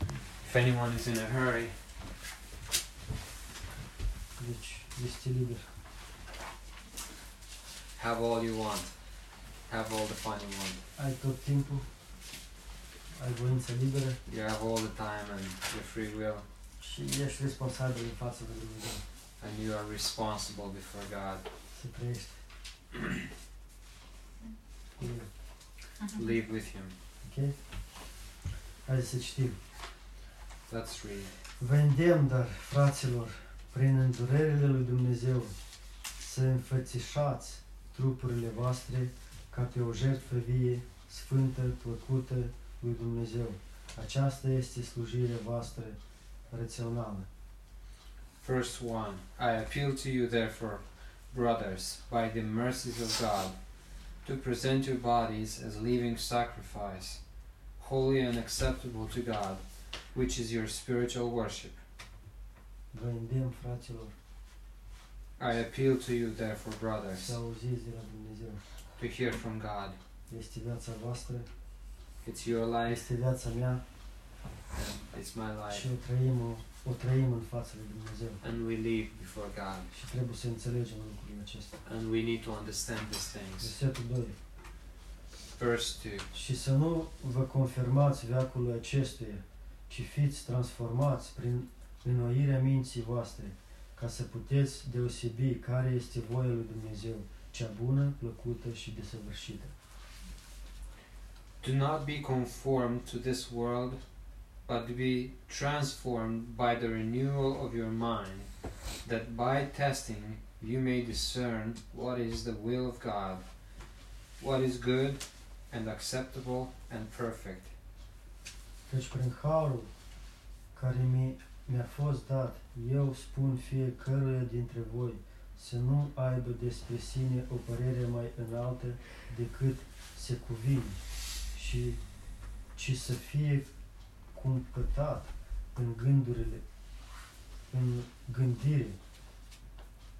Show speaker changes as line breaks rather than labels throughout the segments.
If anyone is in a hurry.
Deci este liber.
Have all you want. Have all the fun you want.
Ai tot timpul. Ai voință liberă
You have all the time and your free will.
și ești responsabil în fața lui Dumnezeu.
And you are responsible before God.
Să trăiești cu El.
Live with Him.
Ok? Hai să citim.
Let's read.
Vă îndemn, dar, fraților, prin îndurerele lui Dumnezeu, să înfățișați trupurile voastre ca pe o jertfă vie, sfântă, plăcută lui Dumnezeu. Aceasta este slujirea voastră rațională.
Verse 1 I appeal to you, therefore, brothers, by the mercies of God, to present your bodies as living sacrifice, holy and acceptable to God, which is your spiritual worship.
Vă îndemn, fraților,
I appeal to you, therefore,
să
brothers,
auziți de la Dumnezeu.
to hear from God.
Este viața voastră,
It's your life,
este viața mea
it's my
și
life,
o trăim, o, o trăim în fața lui Dumnezeu.
and we live before God.
Și trebuie să înțelegem lucrurile acestea.
And we need to understand these things.
Versetul 2.
Verse 2
Și să nu vă confermați veacului acestuia, ci fiți transformați prin înnoirea minții voastre, ca să puteți deosebi care este voia lui Dumnezeu, cea bună, plăcută și desăvârșită.
Do not be conformed to this world, but be transformed by the renewal of your mind, that by testing you may discern what is the will of God, what is good and acceptable and perfect.
Căci prin harul care mi, mi-a fost dat, eu spun fiecăruia dintre voi să nu aibă despre sine o părere mai înaltă decât se cuvine, și, ci să fie cumpătat în gândurile, în gândire,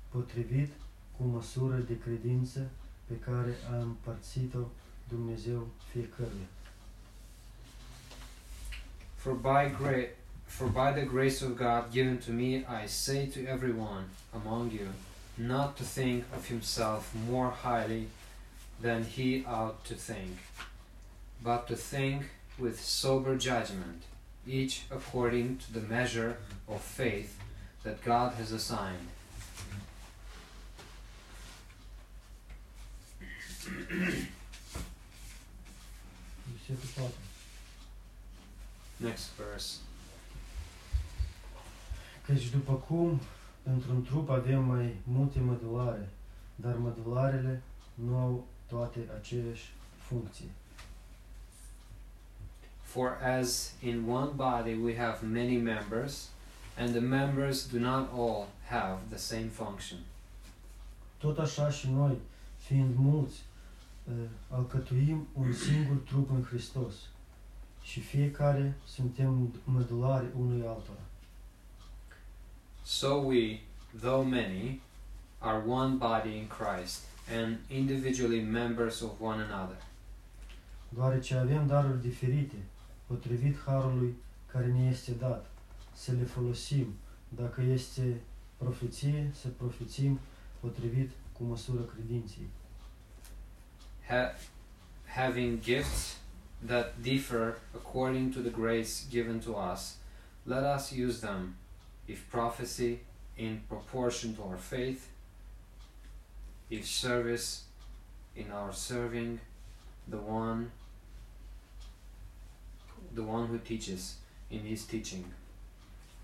potrivit cu măsură de credință pe care a împărțit-o Dumnezeu fiecăruia.
For by gra- for by the grace of God given to me, I say to everyone among you, not to think of himself more highly than he ought to think, but to think with sober judgment, each according to the measure of faith that God has assigned.
Versetul 4.
Next verse.
Căci după cum într-un trup avem mai multe mădulare, dar mădularele nu au toate aceeași funcție.
For as in one body we have many members, and the members do not all have the same function.
Tot așa și noi, fiind mulți, eh, alcătuim un singur trup în Hristos și fiecare suntem mădulari unui altora.
So we, though many, are one body in Christ and individually members of one another.
Deoarece avem daruri diferite, potrivit harului care ne este dat, să le folosim. Dacă este profeție, să profețim potrivit cu măsură credinței.
Ha- having gifts that differ according to the grace given to us, let us use them, if prophecy, in proportion to our faith, if service, in our serving the one the one who teaches in his teaching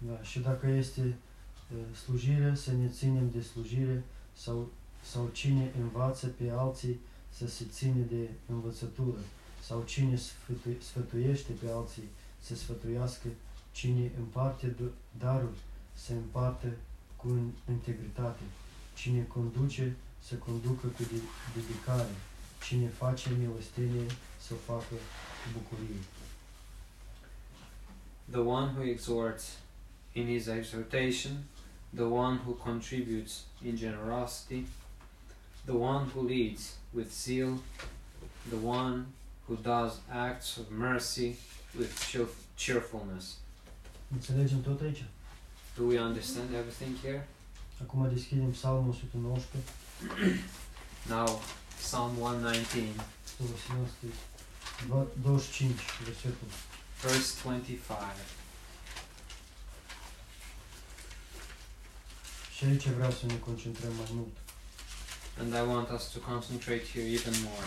Da, și dacă este eh, slujire, să ne ținem de slujire sau, sau cine învață pe alții să se ține de învățătură sau cine sfătu- sfătuiește pe alții să sfătuiască, cine împarte do- daruri să împartă cu în- integritate, cine conduce să conducă cu de- dedicare, cine face milostenie să o facă cu bucurie.
the one who exhorts in his exhortation, the one who contributes in generosity, the one who leads with zeal, the one who does acts of mercy with cheerf- cheerfulness.
Înțelegem tot aici?
Do we understand everything here?
Acum deschidem Psalmul 119,
Now, Psalm 119,
119, 25, versetul.
verse 25.
Și aici vreau să ne concentrăm mai mult.
And I want us to concentrate here even more.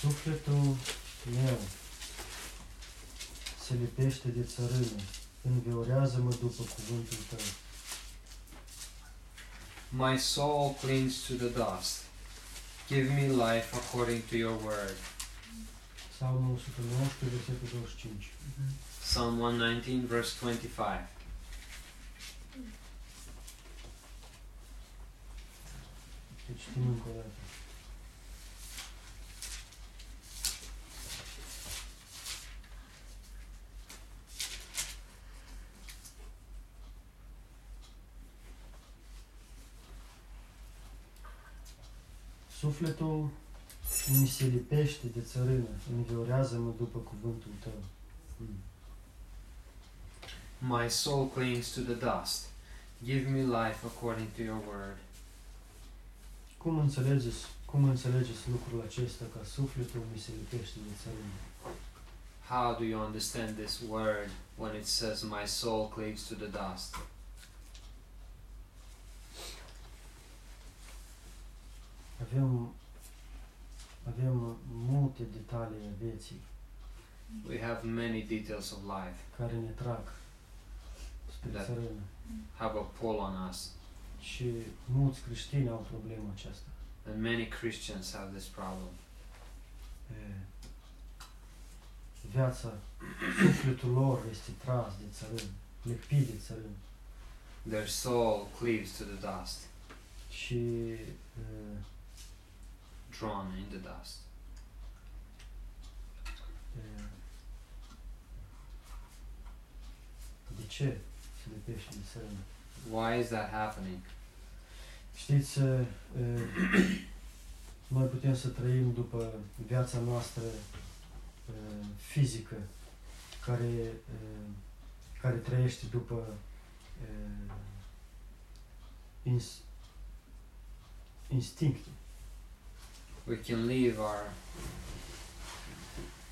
Sufletul meu se lipește de țărână, înviorează-mă după cuvântul tău.
My soul clings to the dust. Give me life according to your word.
Psalmul 119, versetul 25.
Psalm 119, verse 25.
Să citim Deci încă o dată. Sufletul mi se lipește de țărână, înviorează-mă după cuvântul tău.
My soul clings to the dust. Give me life according to your word.
Cum înțelegeți, cum înțelegeți lucrul acesta că sufletul mi se lipește de țărână?
How do you understand this word when it says, My soul clings to the dust?
Avem, avem multe detalii ale vieții
We have many details of life
care ne trag spre
Da.
țărână.
have a pull on us,
Și mulți creștini au problema aceasta.
and many Christians have this problem.
E, Viața, sufletul lor este tras de țărân, lepit de țărân.
Their soul cleaves to the dust,
Și e,
drawn in the dust.
e, de ce se lipește de țărână?
Why is that happening?
Știți, e, e, noi putem să trăim după viața noastră e, fizică, care, e, care trăiește după e, ins, instincte.
We can live our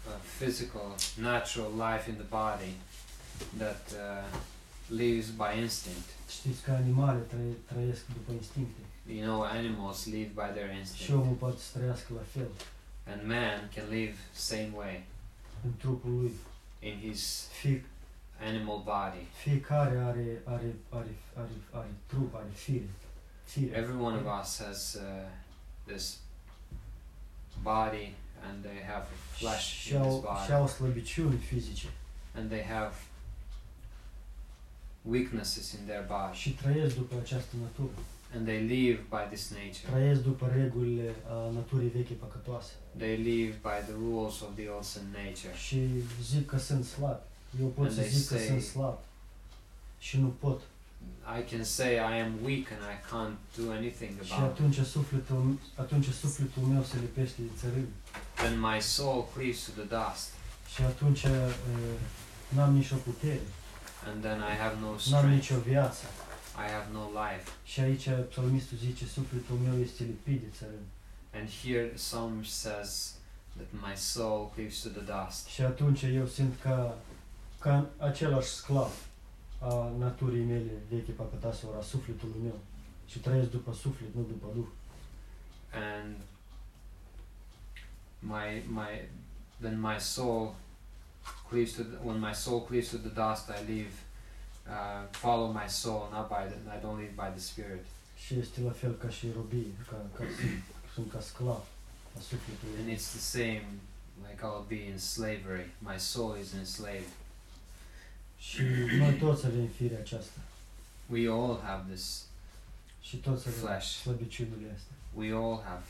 uh, physical, natural life in the body that uh, lives by instinct.
Știți că animale trăie, trăiesc după instincte
You know, animals live by their
și
instinct,
omul poate să trăiască la fel
and man can live same way
în trupul lui.
in his
Fie,
animal body.
fiecare are, are, are, are, are trup, are fire. fire.
Every one of us has uh, this body, and they have a flesh
Și
in this
au, și
body,
au slăbiciuni fizice.
and they have weaknesses in their body,
și trăiesc după această natură.
and they live by this nature.
Trăiesc după regulile a naturii vechi păcătoase.
They live by the rules of the old sin nature,
Și zic că sunt slab. Eu pot
And
să
they
zic că
say-
sunt slab. Și nu pot.
I can say I am weak and I can't do anything
Și
about it.
atunci sufletul, atunci sufletul meu se lipește de țărân.
Then my soul cleaves to the dust,
Și atunci uh, n-am nicio putere,
and then I have no
n-am
strength.
nicio viață.
I have no life.
Și aici psalmistul zice, sufletul meu este lipit de țărân.
And here Psalm says that my soul cleaves to the dust.
Și atunci eu sunt ca, ca același sclav a naturii mele veche păcătoase, ori a sufletului meu. Și trăiesc după suflet, nu după duh.
And my my then my soul cleaves to the, when my soul cleaves to the dust I live uh, follow my soul not by the I don't live by the spirit.
Și este la fel ca și robie, ca, ca sunt, sunt ca sclav a sufletului.
And
meu.
it's the same like I'll be in slavery. My soul is enslaved.
Și noi toți avem firea aceasta.
We all have this
Și toți avem
flesh.
slăbiciunile astea.
We all have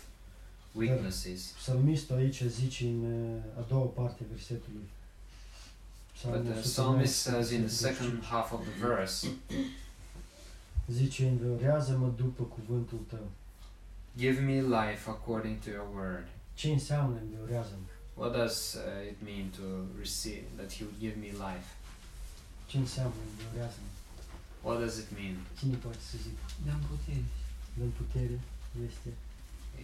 weaknesses.
Psalmistul aici zice în uh, a doua parte a versetului.
But the
119,
psalmist says in the
125,
second half of the verse
Zice, înviorează-mă după cuvântul tău.
Give me life according to your word.
Ce înseamnă înviorează-mă?
What does uh, it mean to receive that He would give me life?
Ce înseamnă îndurărează
What does it mean?
Cine poate să zică?
Dăm putere.
Dăm putere, este.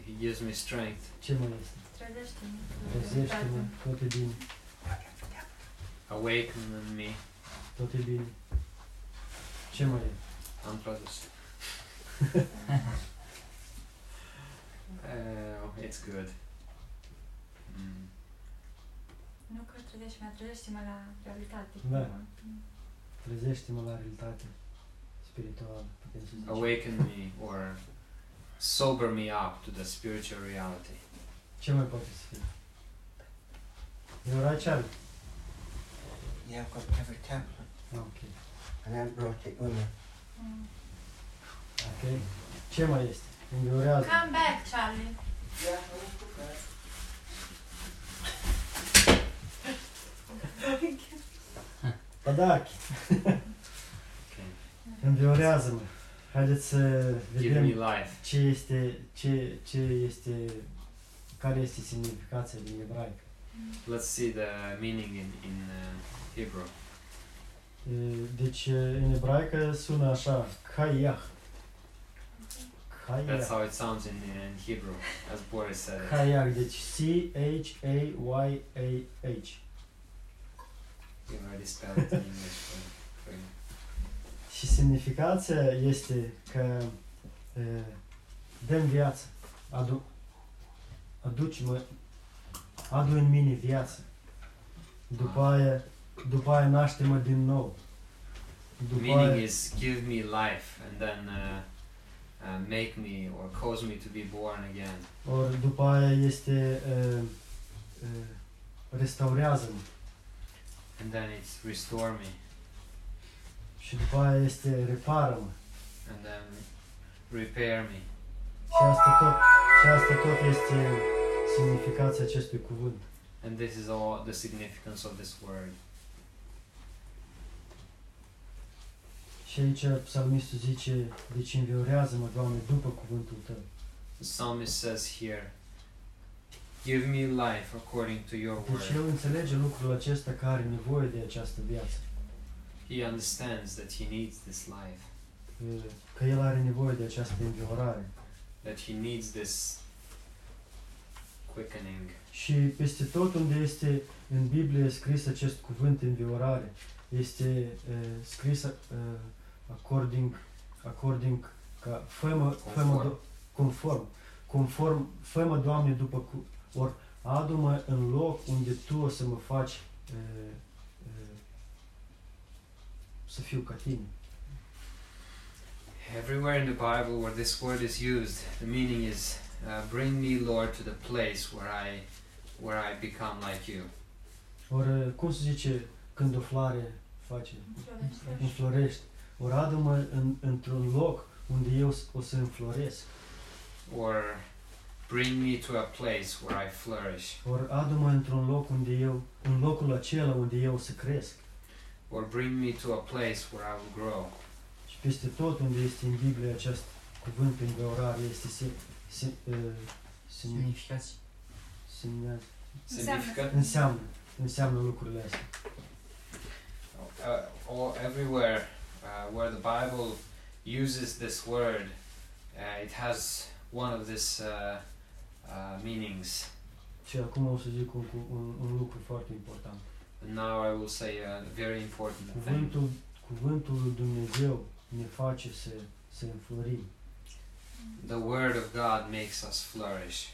He gives me strength.
Ce mai este?
Trezește-mă.
Trezește-mă, tot e bine,
Awaken in me.
tot e bine. Ce mai e?
Unplug this. Oh, it's good. Mm.
Nu că trezește-mă, trezește-mă la realitate.
Da.
Mm.
Trezește-mă la realitate spirituală, putem să zicem.
Awaken me or sober me up to the spiritual reality.
Ce mai poate să fie? Neuracean.
Yeah, I've got every tablet.
Ah, ok.
And I brought it with me.
Mm.
Ok. Ce mai este? Înghiurează.
Come back, Charlie.
Yeah, I will put that.
Padachi.
Okay.
Înviorează-mă. Haideți să
Give me
vedem
life.
ce este, ce, ce este, care este semnificația din ebraică.
Let's see the meaning in, in uh, Hebrew.
E, Deci, în ebraică sună așa, kayah.
That's
Kayah.
how it sounds in, in Hebrew, as Boris said it.
Kayah, deci C-H-A-Y-A-H.
You already spelled it in English for, for you.
Și semnificația este că e, dăm viață, adu, aduci-mă, adu în mine viață. După aia, după aia naște-mă din nou. După
meaning
aia,
is give me life and then uh, uh, make me or cause me to be born again.
or, după aia este e, e, restaurează-mă
And then it's restore me.
și după aia este repară-mă.
And then repair me.
Și asta tot, și asta tot este semnificația acestui cuvânt.
And this is all the significance of this word.
Și aici psalmistul zice, deci înviorează-mă, Doamne, după cuvântul Tău.
The psalmist says here, Give me life according to your
Deci el
word.
înțelege lucrul acesta care are nevoie de această viață.
He understands that he needs this life,
E, Că el are nevoie de această înviorare.
that he needs this quickening.
Și peste tot unde este în Biblie scris acest cuvânt înviorare, este e, scris e, according, according ca fă-mă, fă-mă
Conform.
do- conform, conform, fă-mă, Doamne, după cu, ori adu-mă în loc unde Tu o să mă faci e, e, să fiu ca Tine.
Everywhere in the Bible where this word is used, the meaning is uh, bring me, Lord, to the place where I where I become like you.
Ori, cum se zice când o floare face,
Înflorește.
înflorește? Ori adu-mă în, într-un loc unde eu s- o să înfloresc.
Or bring me to a place where I flourish.
Ori adu-mă într-un loc unde eu, în locul acela unde eu o să cresc.
Or bring me to a place where I will grow.
Și peste tot unde este în Biblie acest cuvânt în orare este se, se, uh, se,
Semnificație.
semnează.
Înseamnă.
Significant.
Înseamnă, înseamnă lucrurile astea.
Uh, or everywhere uh, where the Bible uses this word, uh, it has one of these uh, uh, meanings.
Și acum o să zic un, cu- un, un lucru foarte important.
And now I will say a very important thing.
Cuvântul, cuvântul lui Dumnezeu ne face să, să înflorim.
The Word of God makes us flourish,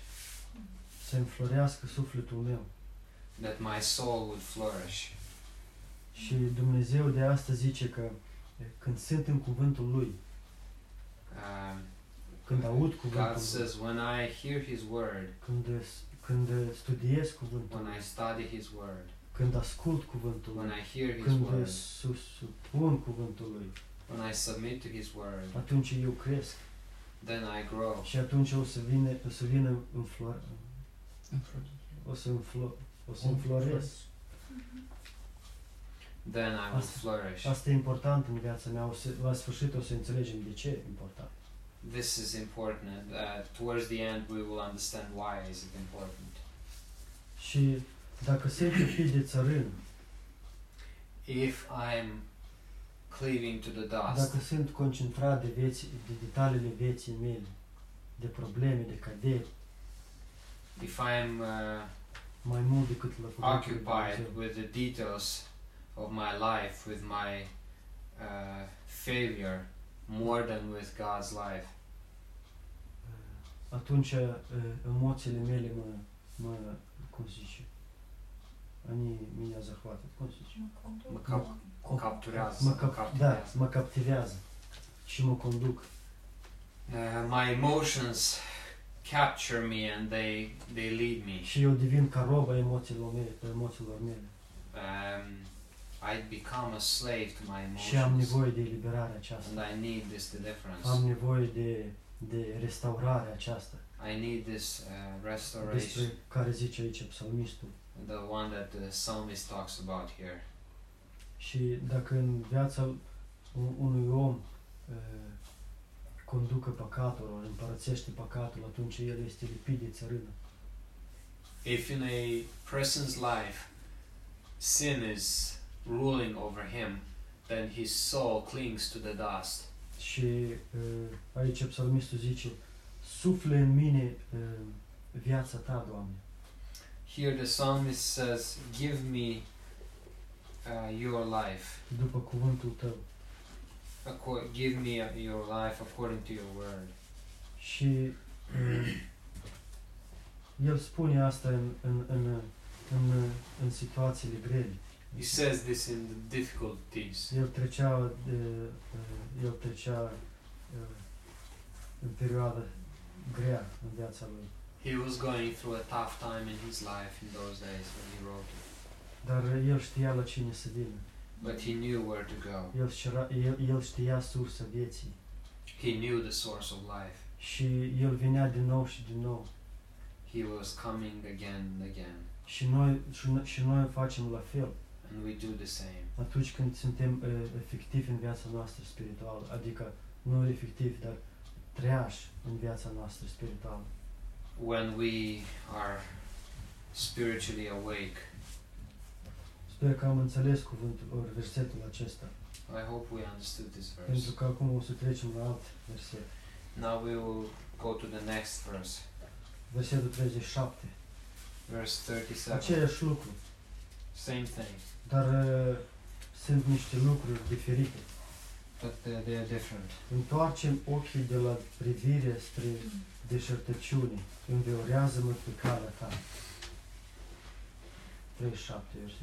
să înflorească sufletul meu.
that my soul would flourish.
Și Dumnezeu de asta zice că e, când sunt în cuvântul Lui,
Um,
când aud cuvântul
God
Lui,
says, when I hear His Word,
când, s- când e, studiez cuvântul
when I
Lui,
study His Word,
când ascult cuvântul
when
Lui,
I hear His
când e,
Word,
su- supun cuvântul Lui,
when I submit to His Word,
atunci eu cresc
then I grow.
și atunci o să vină, o să vină înflor, o să înflor, o să înfloresc.
Then I will
Asta-
flourish.
Asta e important în viața mea, o să, la sfârșit o să înțelegem de ce e important.
This is important. and, Uh, towards the end, we will understand why is it important.
Și dacă sunt copii de țărână,
If I'm cleaving to the dust.
Dacă sunt concentrat de, vieți, de detaliile vieții mele, de probleme, de caderi,
If I am uh,
mai mult decât la cuvântul lui Dumnezeu,
occupied with the details of my life, with my uh, failure, more than with God's life,
Eh, atunci uh, emoțiile mele mă, mă cum se zice, ani меня захватывают, cum se zice?
mă, cap-
Oh,
mă capturează.
Mă
mă
cap- da,
captivează.
mă captivează și mă conduc.
Uh, my emotions capture me and they, they lead me.
Și eu devin ca rob a emoțiilor mele, a emoțiilor mele.
Um, I become a slave to my
și am
emotions.
nevoie de eliberarea aceasta.
And I need this deliverance.
Am nevoie de, de restaurarea aceasta,
I need this uh, restoration,
despre care zice aici psalmistul.
the one that the psalmist talks about here.
Și dacă în viața u- unui om eh, conducă păcatul, îl împărățește păcatul, atunci el este lipit de țărână.
If in a person's life sin is ruling over him, then his soul clings to the dust.
Și eh, aici psalmistul zice, sufle în mine eh, viața ta, Doamne.
Here the psalmist says, Give me uh, your life,
după cuvântul tău.
acco- give me uh, your life according to your word.
Și eh, el spune asta în, în, în, în, în situațiile grele.
He says this in the difficulties.
El trecea, de, eh, el trecea eh, în perioada grea în viața lui.
He was going through a tough time in his life in those days when he wrote it,
Dar el știa la cine să vină.
but he knew where to go.
El, șera, el, el știa sursa vieții.
He knew the source of life.
Și el vinea din nou și din nou.
He was coming again and again,
Și noi, și, no- și noi facem la fel
and we do the same.
atunci când suntem eh, efectivi în viața noastră spirituală. Adică nu efectiv, dar treași în viața noastră spirituală.
when we are spiritually awake.
Sper că am înțeles cuvântul, or, versetul acesta.
I hope we understood this
Pentru
verse.
că acum o să trecem la alt verset.
Now we will go to the next verse,
Versetul 37.
verse 37.
Același lucru,
Same thing,
dar uh, sunt niște lucruri diferite.
but they, they are different.
Întoarcem ochii de la privire spre deșertăciune. Înviorează-mă pe calea ta. 37 verset.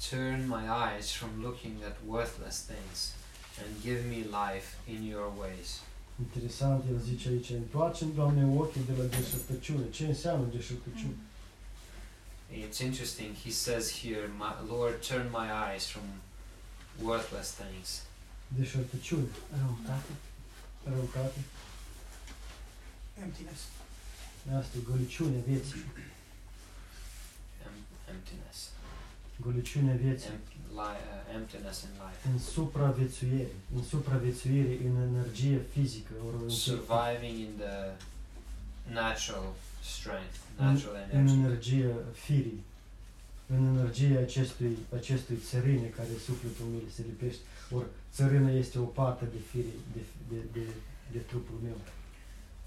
Turn my eyes from looking at worthless things and give me life in your ways.
Interesant, el zice aici, întoarcem, Doamne, ochii de la deșertăciune. Ce înseamnă deșertăciune?
It's interesting, he says here, my, Lord, turn my eyes from worthless things.
Deșertăciune. Răutate. Răutate.
Emptiness.
Asta e găliciunea vieții.
Em- emptiness.
Găliciunea vieții.
Em- li- uh, emptiness in life.
În supraviețuire. În supraviețuire, în energie fizică. Ori în,
surviving in the natural strength,
Mm,
natural
în
energy,
energie firii. În energie acestui, acestui țărâne care sufletul meu se lipește. Ori țărâna este o parte de firii, de, de, de, de trupul meu.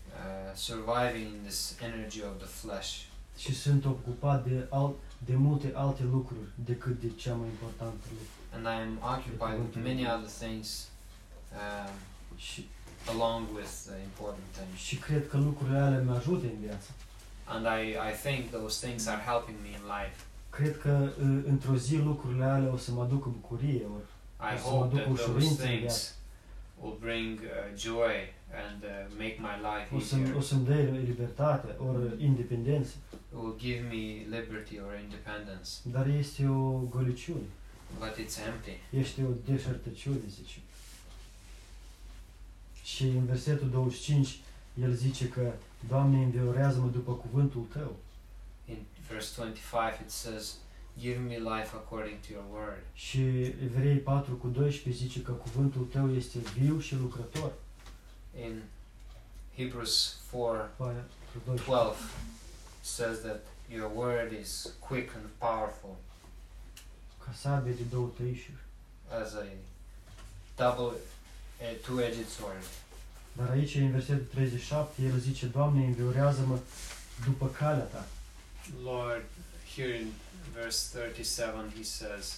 uh, surviving in this energy of the flesh,
și sunt ocupat de, al, de multe alte lucruri decât de cea mai importantă lucru.
and I am occupied with many other things um,
Și,
along with the important things.
și cred că lucrurile alea mă ajută în viață.
And I, I think those things are helping me in life.
Cred că uh, într-o zi lucrurile alea o să mă aducă bucurie, ori
I
Yes,
hope that
Madhukur
those
Shurin's in
things will bring uh, joy and uh, make my life
o, să,
easier.
o să-mi dea libertate, ori independență,
It will give me liberty or independence,
dar este o goliciune,
but it's empty.
este o deșertăciune, zice. Și în versetul 25, el zice că, Doamne, înviorează-mă după cuvântul Tău.
In verse 25 it says, Give me life according to your word.
Și Evrei 4 cu 12 zice că cuvântul tău este viu și lucrător.
In Hebrews 4
Paia cu 12.
12 says that your word is quick and powerful,
Ca sabie de două tăișuri.
as a double, a two-edged sword.
Dar aici, în versetul 37, el zice, Doamne, înviorează-mă după calea ta.
Lord, here in verse 37, he says,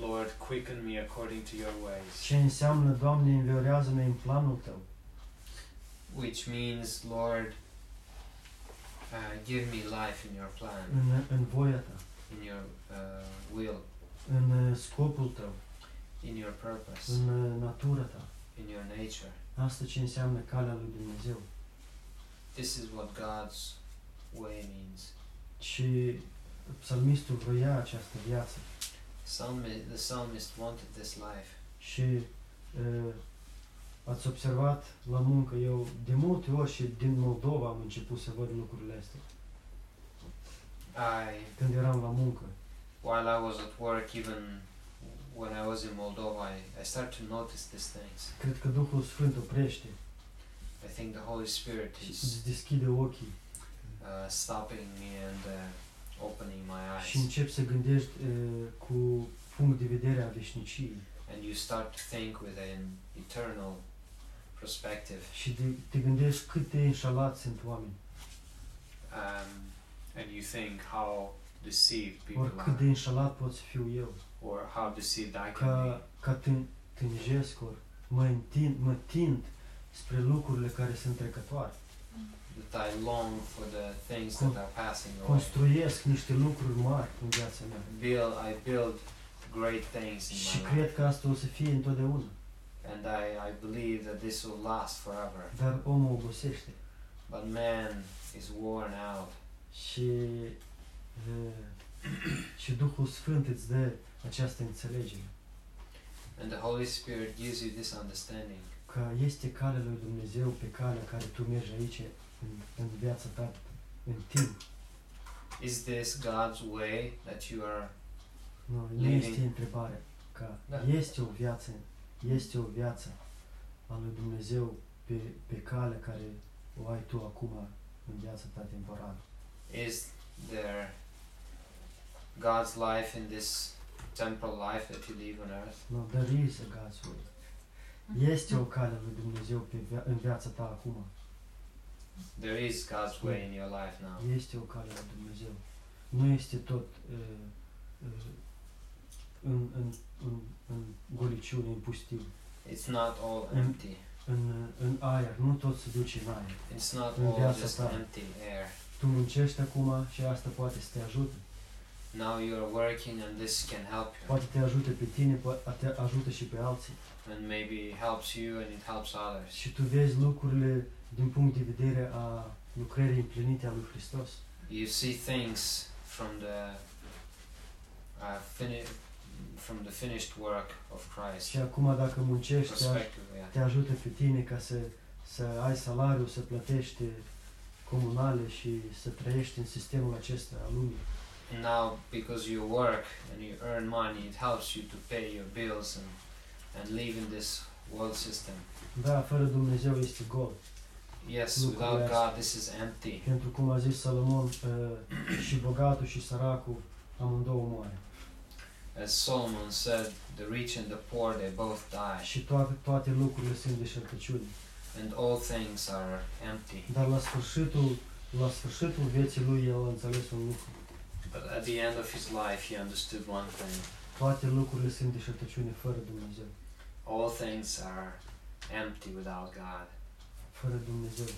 Lord, quicken me according to your ways.
Ce înseamnă, Doamne, înviorează-mă în planul tău?
Which means, Lord, uh, give me life in your plan,
În, în voia ta,
in your uh, will,
în uh, scopul tău,
in your purpose,
în uh, natura ta.
in your nature.
Asta ce înseamnă calea lui Dumnezeu.
This is what God's way means.
Și psalmistul vroia această viață.
Psalmi- the psalmist wanted this life.
Și uh, ați observat la muncă, eu de multe ori și din Moldova am început să văd lucrurile astea.
I,
Când eram la muncă,
while I was at work, even when I was in Moldova, I, I started to notice these things.
cred că Duhul Sfânt oprește
I think the Holy Spirit
și
is
îți deschide ochii
uh, stopping me and uh, opening my
și
eyes.
începi să gândești uh, cu punct de vedere a veșniciei
And you start to think with an eternal perspective.
și de, te gândești cât de înșalați sunt oameni,
Um, and you think how deceived people
oricât de
are,
înșalat pot să fiu eu,
or how deceived I can be.
ca, ca tân, tânjesc ori, mă, întind, mă tind spre lucrurile care sunt trecătoare.
that I long for the things
Con-
that are passing away.
Construiesc niște lucruri mari în viața mea.
Build, I build great things
Și
in my life,
cred că asta o să fie întotdeauna.
and I, I believe that this will last forever.
Dar omul obosește.
But man is worn out,
Și, uh, și Duhul Sfânt îți dă această înțelegere.
and the Holy Spirit gives you this understanding
Că este calea lui Dumnezeu pe calea care tu mergi aici în, în viața ta, în timp.
Is this God's way that you are?
Nu, nu
Living.
este întrebare. Că
Da.
este o viață, este o viață a lui Dumnezeu pe, pe calea care o ai tu acum în viața ta temporală.
Is there God's life in this temporal life that you live on earth?
No, there is a God's way. Este o cale lui Dumnezeu pe via- în viața ta acum.
There is God's way in your life now.
Este o cale lui Dumnezeu. Nu este tot uh, uh, în, în, în, în goliciune, în pustiu,
It's not all
Mm.
empty.
în, uh, în aer. Nu tot se duce în aer.
It's not
Mm,
all
viața
just
ta.
empty air.
Tu muncești acum și asta poate să te ajute.
Now you are working and this can help you
Poate te ajute pe tine, poate te ajută și pe alții.
and maybe it helps you and it helps others.
Și tu vezi lucrurile din punct de vedere a lucrării împlinite a lui Hristos.
You see things from the uh, fini- from the finished work of Christ.
Și acum dacă muncești, te
Perspective, yeah.
te ajută pe tine ca să, să ai salariu, să plătești comunale și să trăiești în sistemul acesta al lumii.
And now, because you work and you earn money, it helps you to pay your bills and, and live in this world system.
Da, fără Dumnezeu este gol.
Yes,
Look,
without
yes.
God, this is empty.
Pentru cum a zis Salomon, uh, și bogatul și săracul amândouă moare.
As Solomon said, the rich and the poor, they both die,
Și toate, toate lucrurile sunt deșertăciune.
and all things are empty.
Dar la sfârșitul, la sfârșitul vieții lui el a înțeles un lucru.
But at the end of his life, he understood one thing
Toate lucrurile sunt deșertăciune fără Dumnezeu.
all things are empty without God.
Fără Dumnezeu.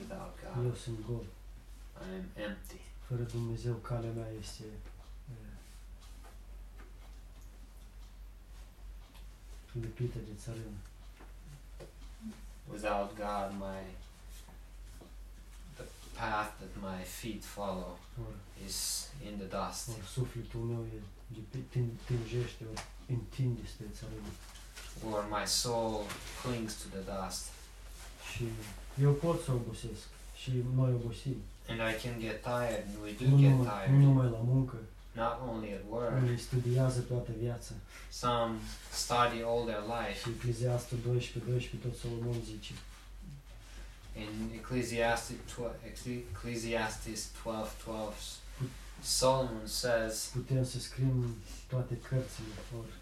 Without
Eu
God,
sunt gol.
I am empty.
Fără Dumnezeu, calea mea este eh, lipită de țărână.
Without God, my the path that my feet follow
Ori,
is in the dust.
ori sufletul meu e lipit, tin- tingește, ori întinde spre țărână.
or my soul clings to the dust
Și eu pot să obosesc și noi obosim.
and I can get tired and we do
Nu
get
numai, nu
tired
numai la muncă,
not only at work
unii studiază toată viața.
some study all their life
Și Ecleziastul 12, 12, tot Solomon zice,
in Ecclesiastes 12, Ecclesiastes 12, 12 Solomon says
putem să scriem toate cărțile, ori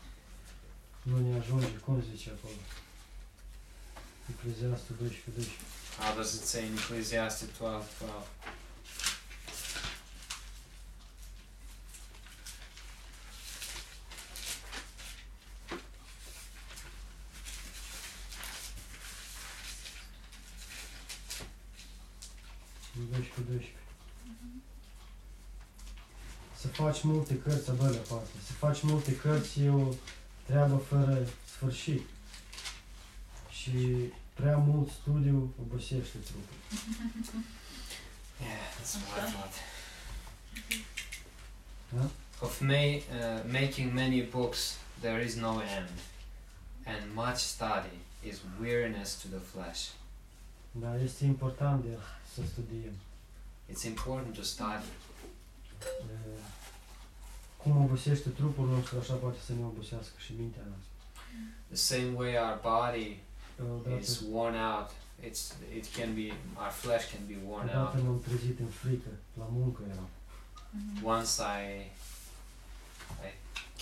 nu ne ajunge, cum zice acolo? Ecleziastul 12 cu 12.
How does it say in Ecclesiastes 12 12?
Cu 12 cu 12. Să faci multe cărți, a doilea parte. Să faci multe cărți e o treabă fără sfârșit. Și prea mult studiu obosește trupul.
Yeah, that's what I thought.
Huh?
Of may, uh, making many books, there is no end, and much study is weariness to the flesh.
Dar este important de să studiem.
It's important to study.
E, Eh, Cum obosește trupul nostru, așa poate să ne obosească și mintea noastră. Eh,
The same way our body
Odată,
is worn out, it's it can be our flesh can be worn out.
odată m-am trezit în frică, la muncă eram.
Once I I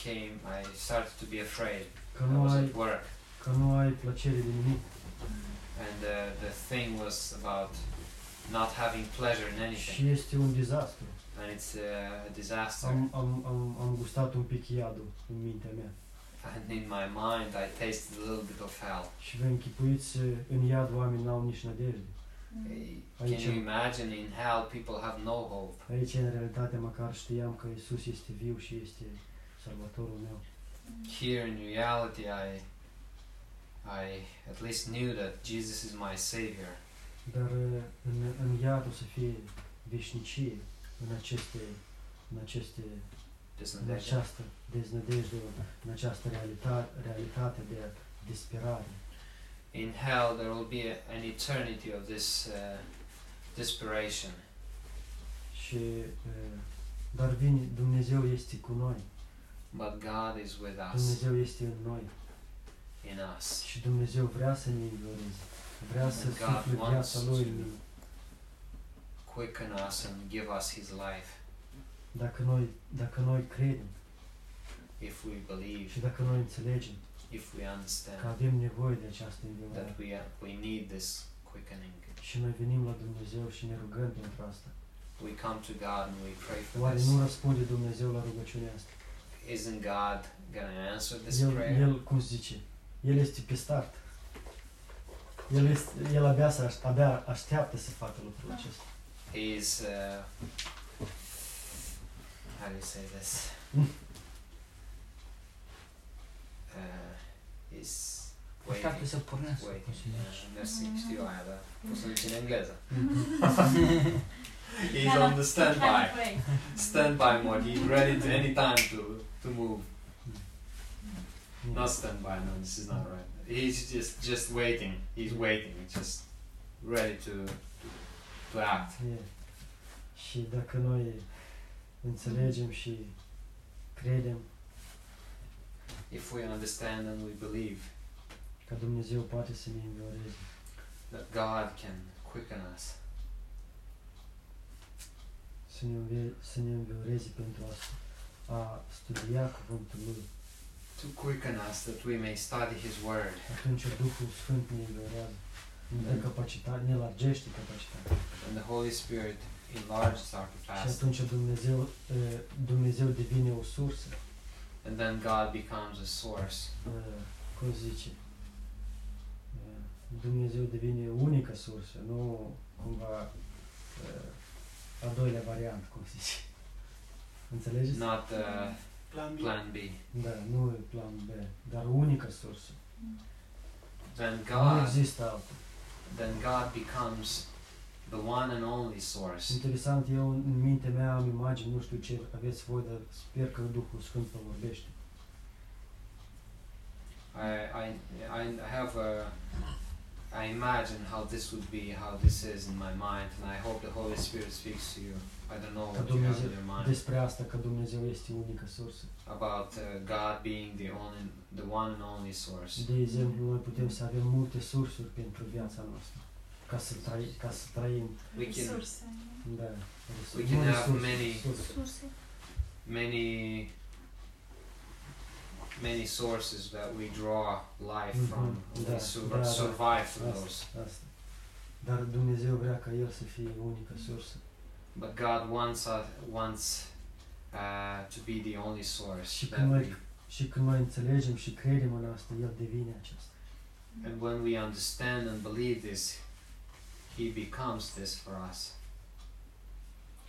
came, I started to be afraid.
Că
I
nu
was
ai,
at work,
că nu ai plăcere de nimic.
and uh, the thing was about not having pleasure in anything.
Și este un dezastru.
and it's uh, a disaster.
Am, am, am, am gustat un pic iadul în mintea mea.
and in my mind, I tasted a little bit of hell.
Și vă închipuiți, eh, în iad oamenii n-au nici nădejde.
Uh,
Are
Can
you-
you imagine? In hell, people have no hope.
Aici, în realitate, măcar știam că Isus este viu și este salvatorul meu.
Here, in reality, I, I at least knew that Jesus is my savior.
Dar uh, în, în iad o să fie veșnicie în aceste, în aceste în
Disengager.
această deznădejde, în această realitate, realitate de disperare.
In hell, there will be a, an eternity of this uh, desperation.
Și, uh, dar vine, Dumnezeu este cu noi,
But God is with us,
Dumnezeu este în noi Mm.
in us.
și Dumnezeu vrea să ne învioreze, vrea să
And God
sufle
wants
viața Lui
to-
în noi.
Quicken us and give us His life
Dacă noi, dacă noi credem
if we
și
believe,
dacă noi înțelegem
if we understand.
că avem nevoie de această înviorare
that we are, we need this quickening.
și noi venim la Dumnezeu și ne rugăm pentru asta.
We come to God and we pray for
Oare
this.
nu răspunde Dumnezeu la rugăciunea asta?
Isn't God gonna answer this
El,
prayer?
el, cum se zice, el este pe start. El, este, el abia, să aș, abia așteaptă să facă lucrul acesta.
He is. Uh, how do you say this?
Mm.
Uh, he's
Așteaptă
waiting.
să pornească.
Waiting.
cum se zice.
Uh, merci, știu aia, dar pot să zic în engleză. Mhm. He's
He's
on the standby. Standby mode. He's ready to any time to to move.
Da.
Not standby. No, this is not right. He's just just waiting. He's waiting. Just ready to to act.
E. Și dacă noi înțelegem și credem
If we understand and we believe
că Dumnezeu poate să ne învioreze,
that God can quicken us,
să ne, învie- să ne învioreze pentru asta, a studia cuvântul Lui,
to quicken us that we may study His Word,
atunci Duhul Sfânt ne înviorează, ne dă capacitate, ne largește capacitatea.
and the Holy Spirit enlarges our
Și
capacity,
atunci Dumnezeu, eh, Dumnezeu devine o sursă,
and then God becomes a source.
eh, cum se zice, eh, Dumnezeu devine unica sursă, nu cumva eh, a doilea variant, cum se zice. Înțelegeți?
Not uh,
Plan B.
Plan B.
Da, nu e plan B, dar unica sursă.
Then
Nu
God,
există alta.
then God becomes the one and only source.
Interesant, eu în mintea mea am imagini, nu știu ce aveți voi, dar sper că Duhul Sfânt vă vorbește.
I, I, I have a, I imagine how this would be, how this is in my mind, and I hope the Holy Spirit speaks to you. I don't know what you have in your mind
Despre asta că Dumnezeu este unica sursă.
about uh, God being the only, the one and only source.
De exemplu, noi putem să avem multe sursuri pentru viața noastră, ca să, trai, ca să trăim,
We can
Resurse.
da,
We
nu
can have
resurse,
many-
surse.
Resurse.
many many sources that we draw life
Mhm,
from.
da,
we sur-
da, da.
survive from
Asta.
those.
Asta. Dar Dumnezeu vrea ca El să fie unica sursă.
But God wants us wants uh, to be the only source
Și
that
când noi-
we.
Și când noi înțelegem și credem în asta, El devine aceasta.
And when we understand and believe this, He becomes this for us.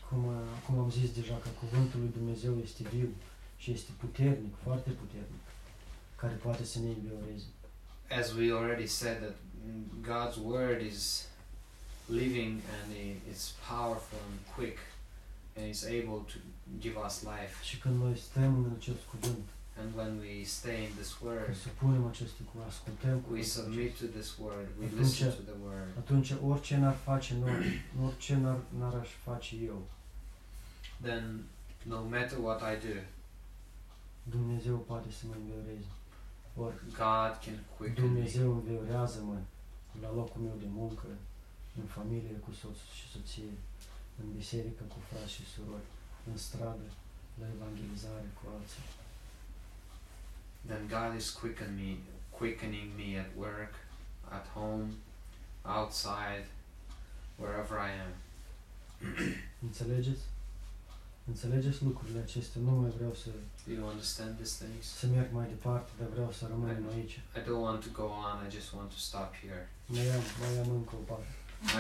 Cum, uh, cum am zis deja, că Cuvântul lui Dumnezeu este viu și este puternic, foarte puternic, care poate să ne elibereze.
As we already said, that mm, God's word is living and i- it's powerful and quick, and it's able to give us life.
Și când noi stăm în acest cuvânt,
And when we stay in this word,
când supunem acest cuvânt, ascultăm
we
cuvântul
submit to this word, we
Atunci-
listen to the word.
atunci orice n-ar face noi, orice n-ar, n-ar aș face eu,
Then, no matter what I do,
Dumnezeu poate să mă învioreze. Ori
God can quicken me.
Dumnezeu înviorează-mă la locul meu de muncă, în familie cu soț și soție, în biserică cu frați și surori, în stradă, la evangelizare cu alții.
then God is quickening me, quickening me at work, at home, outside, wherever I am.
Înțelegeți? Înțelegeți lucrurile acestea. Nu mai vreau să,
Do you understand these things?
să merg mai departe, dar vreau să rămânem aici.
I don't want to go on. I just want to stop here.
Mai am, mai am încă o parte.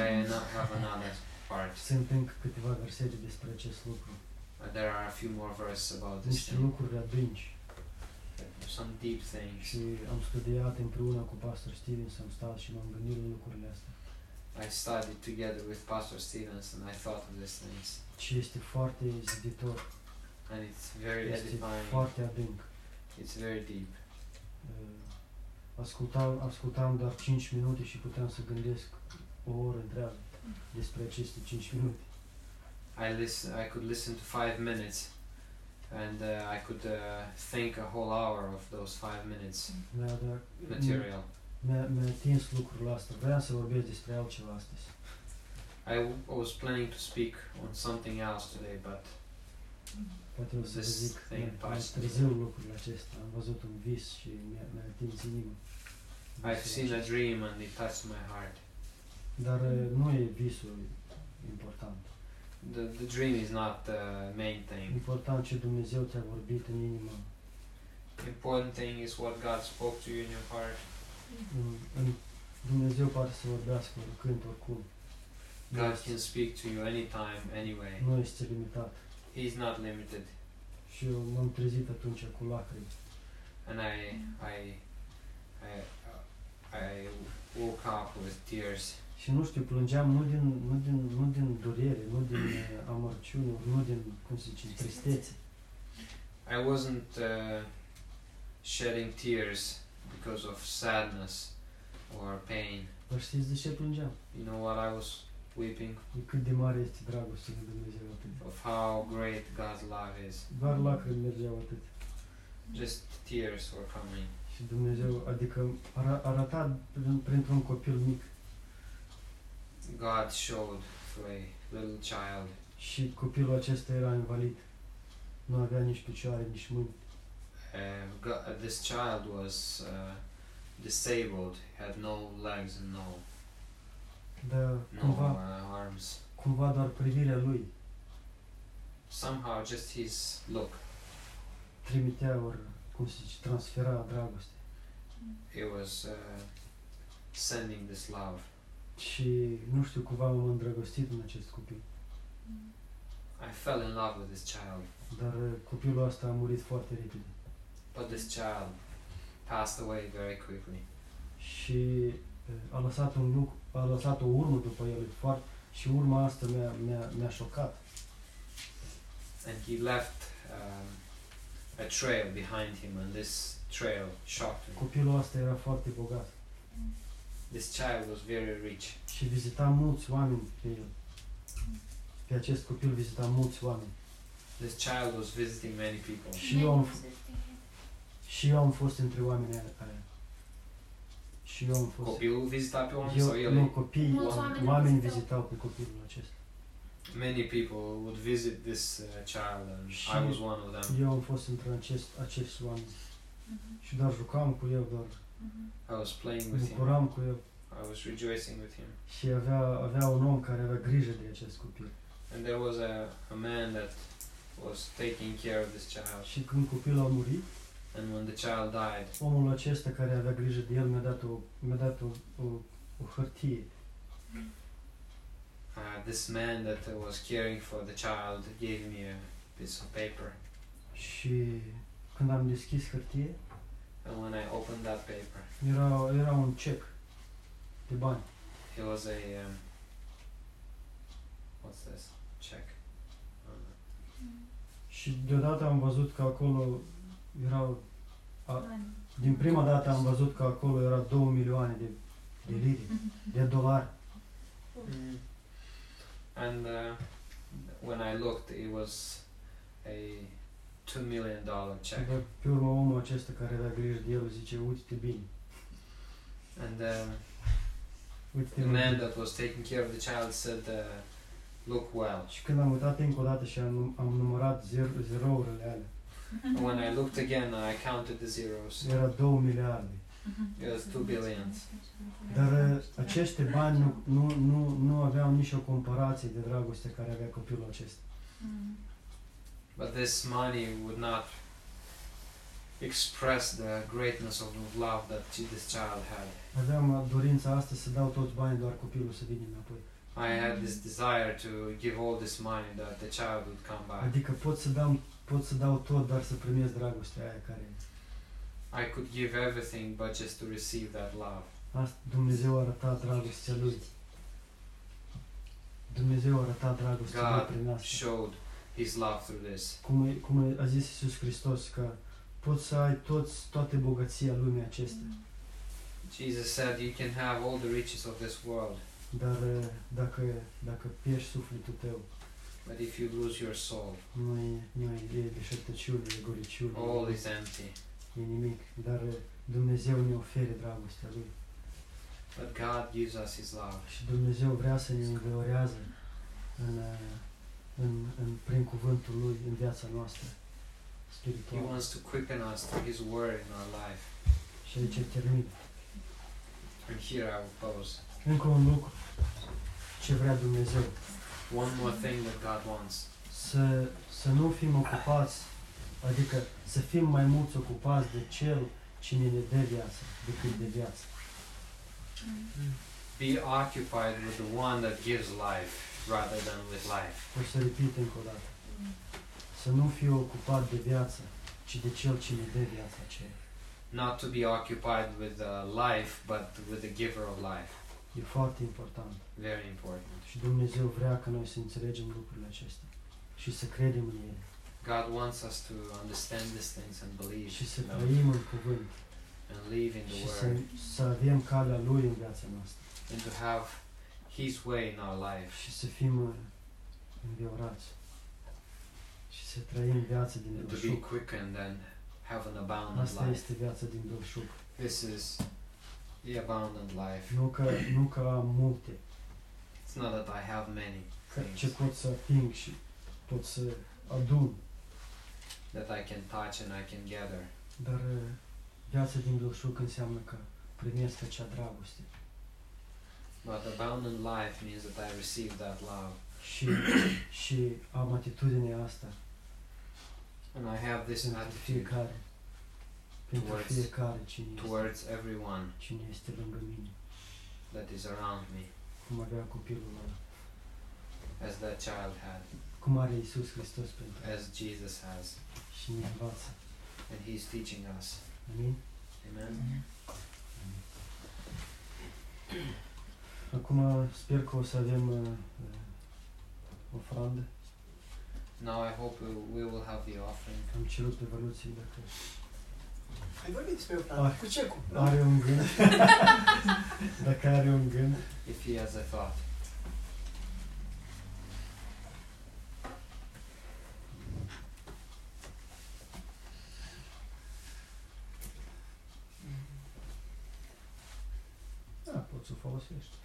I not have another part.
Sunt încă câteva versete despre acest lucru.
Uh, There are a few more verses about this
Niște
thing.
lucruri adânci.
Some deep things.
Și am studiat împreună cu pastor Stevens, am stat și m-am gândit la lucrurile astea.
I studied together with Pastor Stevens, and I thought of these things,
Și este foarte ziditor,
and it's very
este
edifying.
foarte adânc.
It's very deep.
Uh, Ascultam, ascultam doar 5 minute și puteam să gândesc o oră întreagă despre aceste 5 minute.
I listen. I could listen to five minutes, and uh, I could uh, think a whole hour of those five minutes
Mi-a, dat-
material.
mi-a, mi-a atins lucrul ăsta. Vreau să vorbesc despre altceva astăzi.
I, w- I was planning to speak on something else today, but
Poate o să vă
This
zic
thing
mai- mai
passed.
târziu lucrurile acestea. Am văzut un vis și mi-a, mi-a atins inima.
I've
Visul
seen a
acesta.
dream and it touched my heart.
Dar uh, nu e visul important.
The, the dream is not the main thing.
Important ce Dumnezeu ți-a vorbit în inimă,
Important thing is what God spoke to you in your heart.
În- în Dumnezeu poate să vorbească oricând, oricum. Nu
God
este-
can speak to you anytime, anyway.
Nu este limitat.
He's not limited.
Și eu m-am trezit atunci cu lacrimi.
And I, I, I, I woke up with tears.
Și nu știu, plângeam nu din, nu din, nu din durere, nu din eh, amărciune, nu din, cum se zice, tristețe.
I wasn't uh, shedding tears because of sadness or pain.
Dar știți de ce plângeam?
You know what I was weeping?
De cât de mare este dragostea lui Dumnezeu atât.
Of how great God's love is.
Doar lacrimi mergeau atât.
Just tears were coming.
Și Dumnezeu, adică ara, arăta prin, printr-un copil mic
God showed through a little child.
și copilul acesta era invalid. Nu avea nici picioare, nici mâini.
Uh, go- uh, this child was uh, disabled, had no legs and no,
Dar
no
cumva,
uh, arms.
cumva doar privirea lui
Somehow, just his look,
trimitea ori, cum se zice, transfera dragoste.
it was uh, sending this love.
Și nu știu, cumva m-am îndrăgostit în acest copil.
I fell in love with this child.
Dar uh, copilul ăsta a murit foarte repede.
But this child passed away very quickly.
Și uh, a lăsat, un lucru, a lăsat o urmă după el foarte și urma asta mi-a, mi-a, mi-a șocat.
And he left um, a trail behind him, and this trail shocked me.
Copilul ăsta era foarte bogat
This child was very rich,
și vizita mulți oameni pe el. Pe acest copil vizita mulți oameni.
this child was visiting many people.
Și eu am, f- și eu am fost între oamenii aia- aia. Și eu am fost.
Copilul vizita pe oameni sau
Eu, nu,
el?
copii,
Mulți oameni
oameni
vizitau.
vizitau pe copilul acesta.
Many people would visit this uh, child, and I was one of them.
Eu am fost între acest, acești oameni.
Mhm.
și dar jucam cu el, dar
Mhm.
I was playing with him.
bucuram cu el
I was rejoicing with him.
și avea, avea un om care avea grijă de acest copil.
And there was a, a man that was taking care of this child.
Și când copilul a murit,
And when the child died,
omul acesta care avea grijă de el mi-a dat o, mi-a dat o, o, o hârtie
uh, this man that was caring for the child gave me a piece of paper.
și când am deschis hârtie,
And when I opened that paper,
era, era un cec de bani,
it was a um, what's this check? Uh,
Și deodată am văzut că acolo erau, A-
Bani.
din prima dată am văzut că acolo era 2 milioane de, de lire, de dolari.
And uh, when I looked, it was a two million dollar check.
Dar pe urmă omul acesta care avea grijă de el zice, uite-te bine,
And um,
uite-te
the man
bine.
that was taking care of the child said, uh, "Look well."
Și când am uitat încă o dată și am, am numărat zero, zerourile alea,
And when I looked again, I counted the zeros.
era 2 miliarde.
It was two billions.
Dar uh, aceste bani nu, nu, nu, nu aveau nicio comparație de dragoste care avea copilul acesta.
Mhm.
But this money would not express the greatness of the love that this child had.
Aveam uh, dorința asta să dau toți banii, doar copilul să vină înapoi.
I had this desire to give all this money that the child would come back.
Adică pot să, dau, pot să dau tot, dar să primesc dragostea aia care...
I could give everything but just to receive that love.
Asta Dumnezeu arăta dragostea Lui. Dumnezeu arăta dragostea Lui
God
prin asta.
Showed his love through this.
Cum, e- cum a zis Iisus Hristos că poți să ai toți, toate bogăția lumii acestea,
Jesus said, You can have all the riches of this world,
dar uh, dacă, dacă pierzi sufletul tău,
but if you lose your soul,
nu e, nu e, e deșertăciune, e goliciune,
all is empty.
e nimic. Dar uh, Dumnezeu ne ofere dragostea Lui.
But God gives us his love.
Și Dumnezeu vrea să ne înviorează în, uh, în, în, prin cuvântul Lui în viața noastră
He
spirituală.
wants to quicken us through his word in our life.
Și aici termin.
And here I will pause.
Încă un lucru ce vrea Dumnezeu.
One more thing that God wants
Să, să nu fim ocupați, adică să fim mai mulți ocupați de Cel cine ne dă viață decât de viață.
Mhm.
be occupied with the one that gives life rather than with life.
O să repet încă o dată. Să nu fii ocupat de viață, ci de Cel cine dă viața aceea.
Not to be occupied with uh, life but with the giver of life.
E foarte important.
Very important.
Și Dumnezeu vrea ca noi să înțelegem lucrurile acestea și să credem în ele
God wants us to understand these things and believe
și să
you know,
trăim în cuvânt
and live in
și
the
să,
Word
să avem calea Lui în viața noastră
and to have His way in our life
și să fim uh, înviorați și să trăim viața din
and to be
belșug.
quickened and have an abundant
Asta
life.
este viața din belșug.
This is the abundant life.
Nu că, nu că am multe,
It's not that I have many
că
things
ce pot să ating și pot să adun,
that I can touch and I can gather,
dar uh, viața din belșug înseamnă că primesc acea dragoste
but abundant life means that I receive that love
și, și am atitudinea asta
and I have this
Pentru
attitude
fiecare. Pentru
towards-
fiecare cine este,
towards everyone
cine este lângă mine,
that is around me,
cum avea copilul ăla,
as that child had,
cum are Iisus Hristos pentru el
as Jesus has,
și ne învață.
and He's teaching us.
Amin?
Amen.
Acum sper că o să avem uh, uh, ofrandă.
Now I hope we, we will have the offering.
Am cerut evoluții dacă
Ai vorbit despre
Ah.
plan. Cu ce cu?
are un gând. dacă are un gând.
If he has a thought.
Da, poți să o folosești.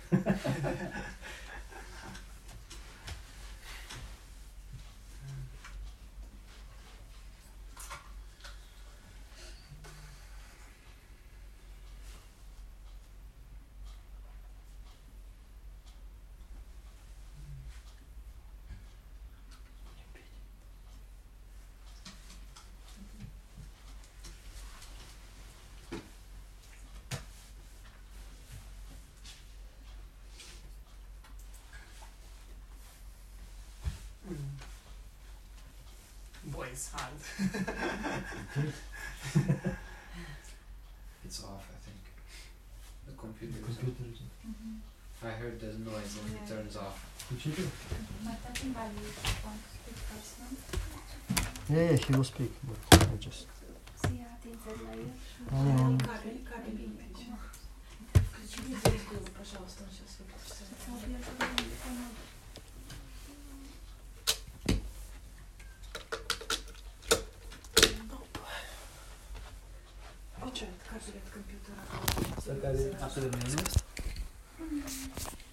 嗯 his hand.
It's off, I think. The computer is off.
Компьютер.
Mhm.
I heard the noise and it turns off.
Включите?
My that invalid won't speak personal.
Yeah, yeah, he will speak. I just...
Sia, ты издаёшь.
Ам.
Кабель, кабель бейте. Включите здесь было, пожалуйста, он сейчас выключится.
Вот я тоже не поняла.
Получает кабель от компьютера.
After the minutes.
М.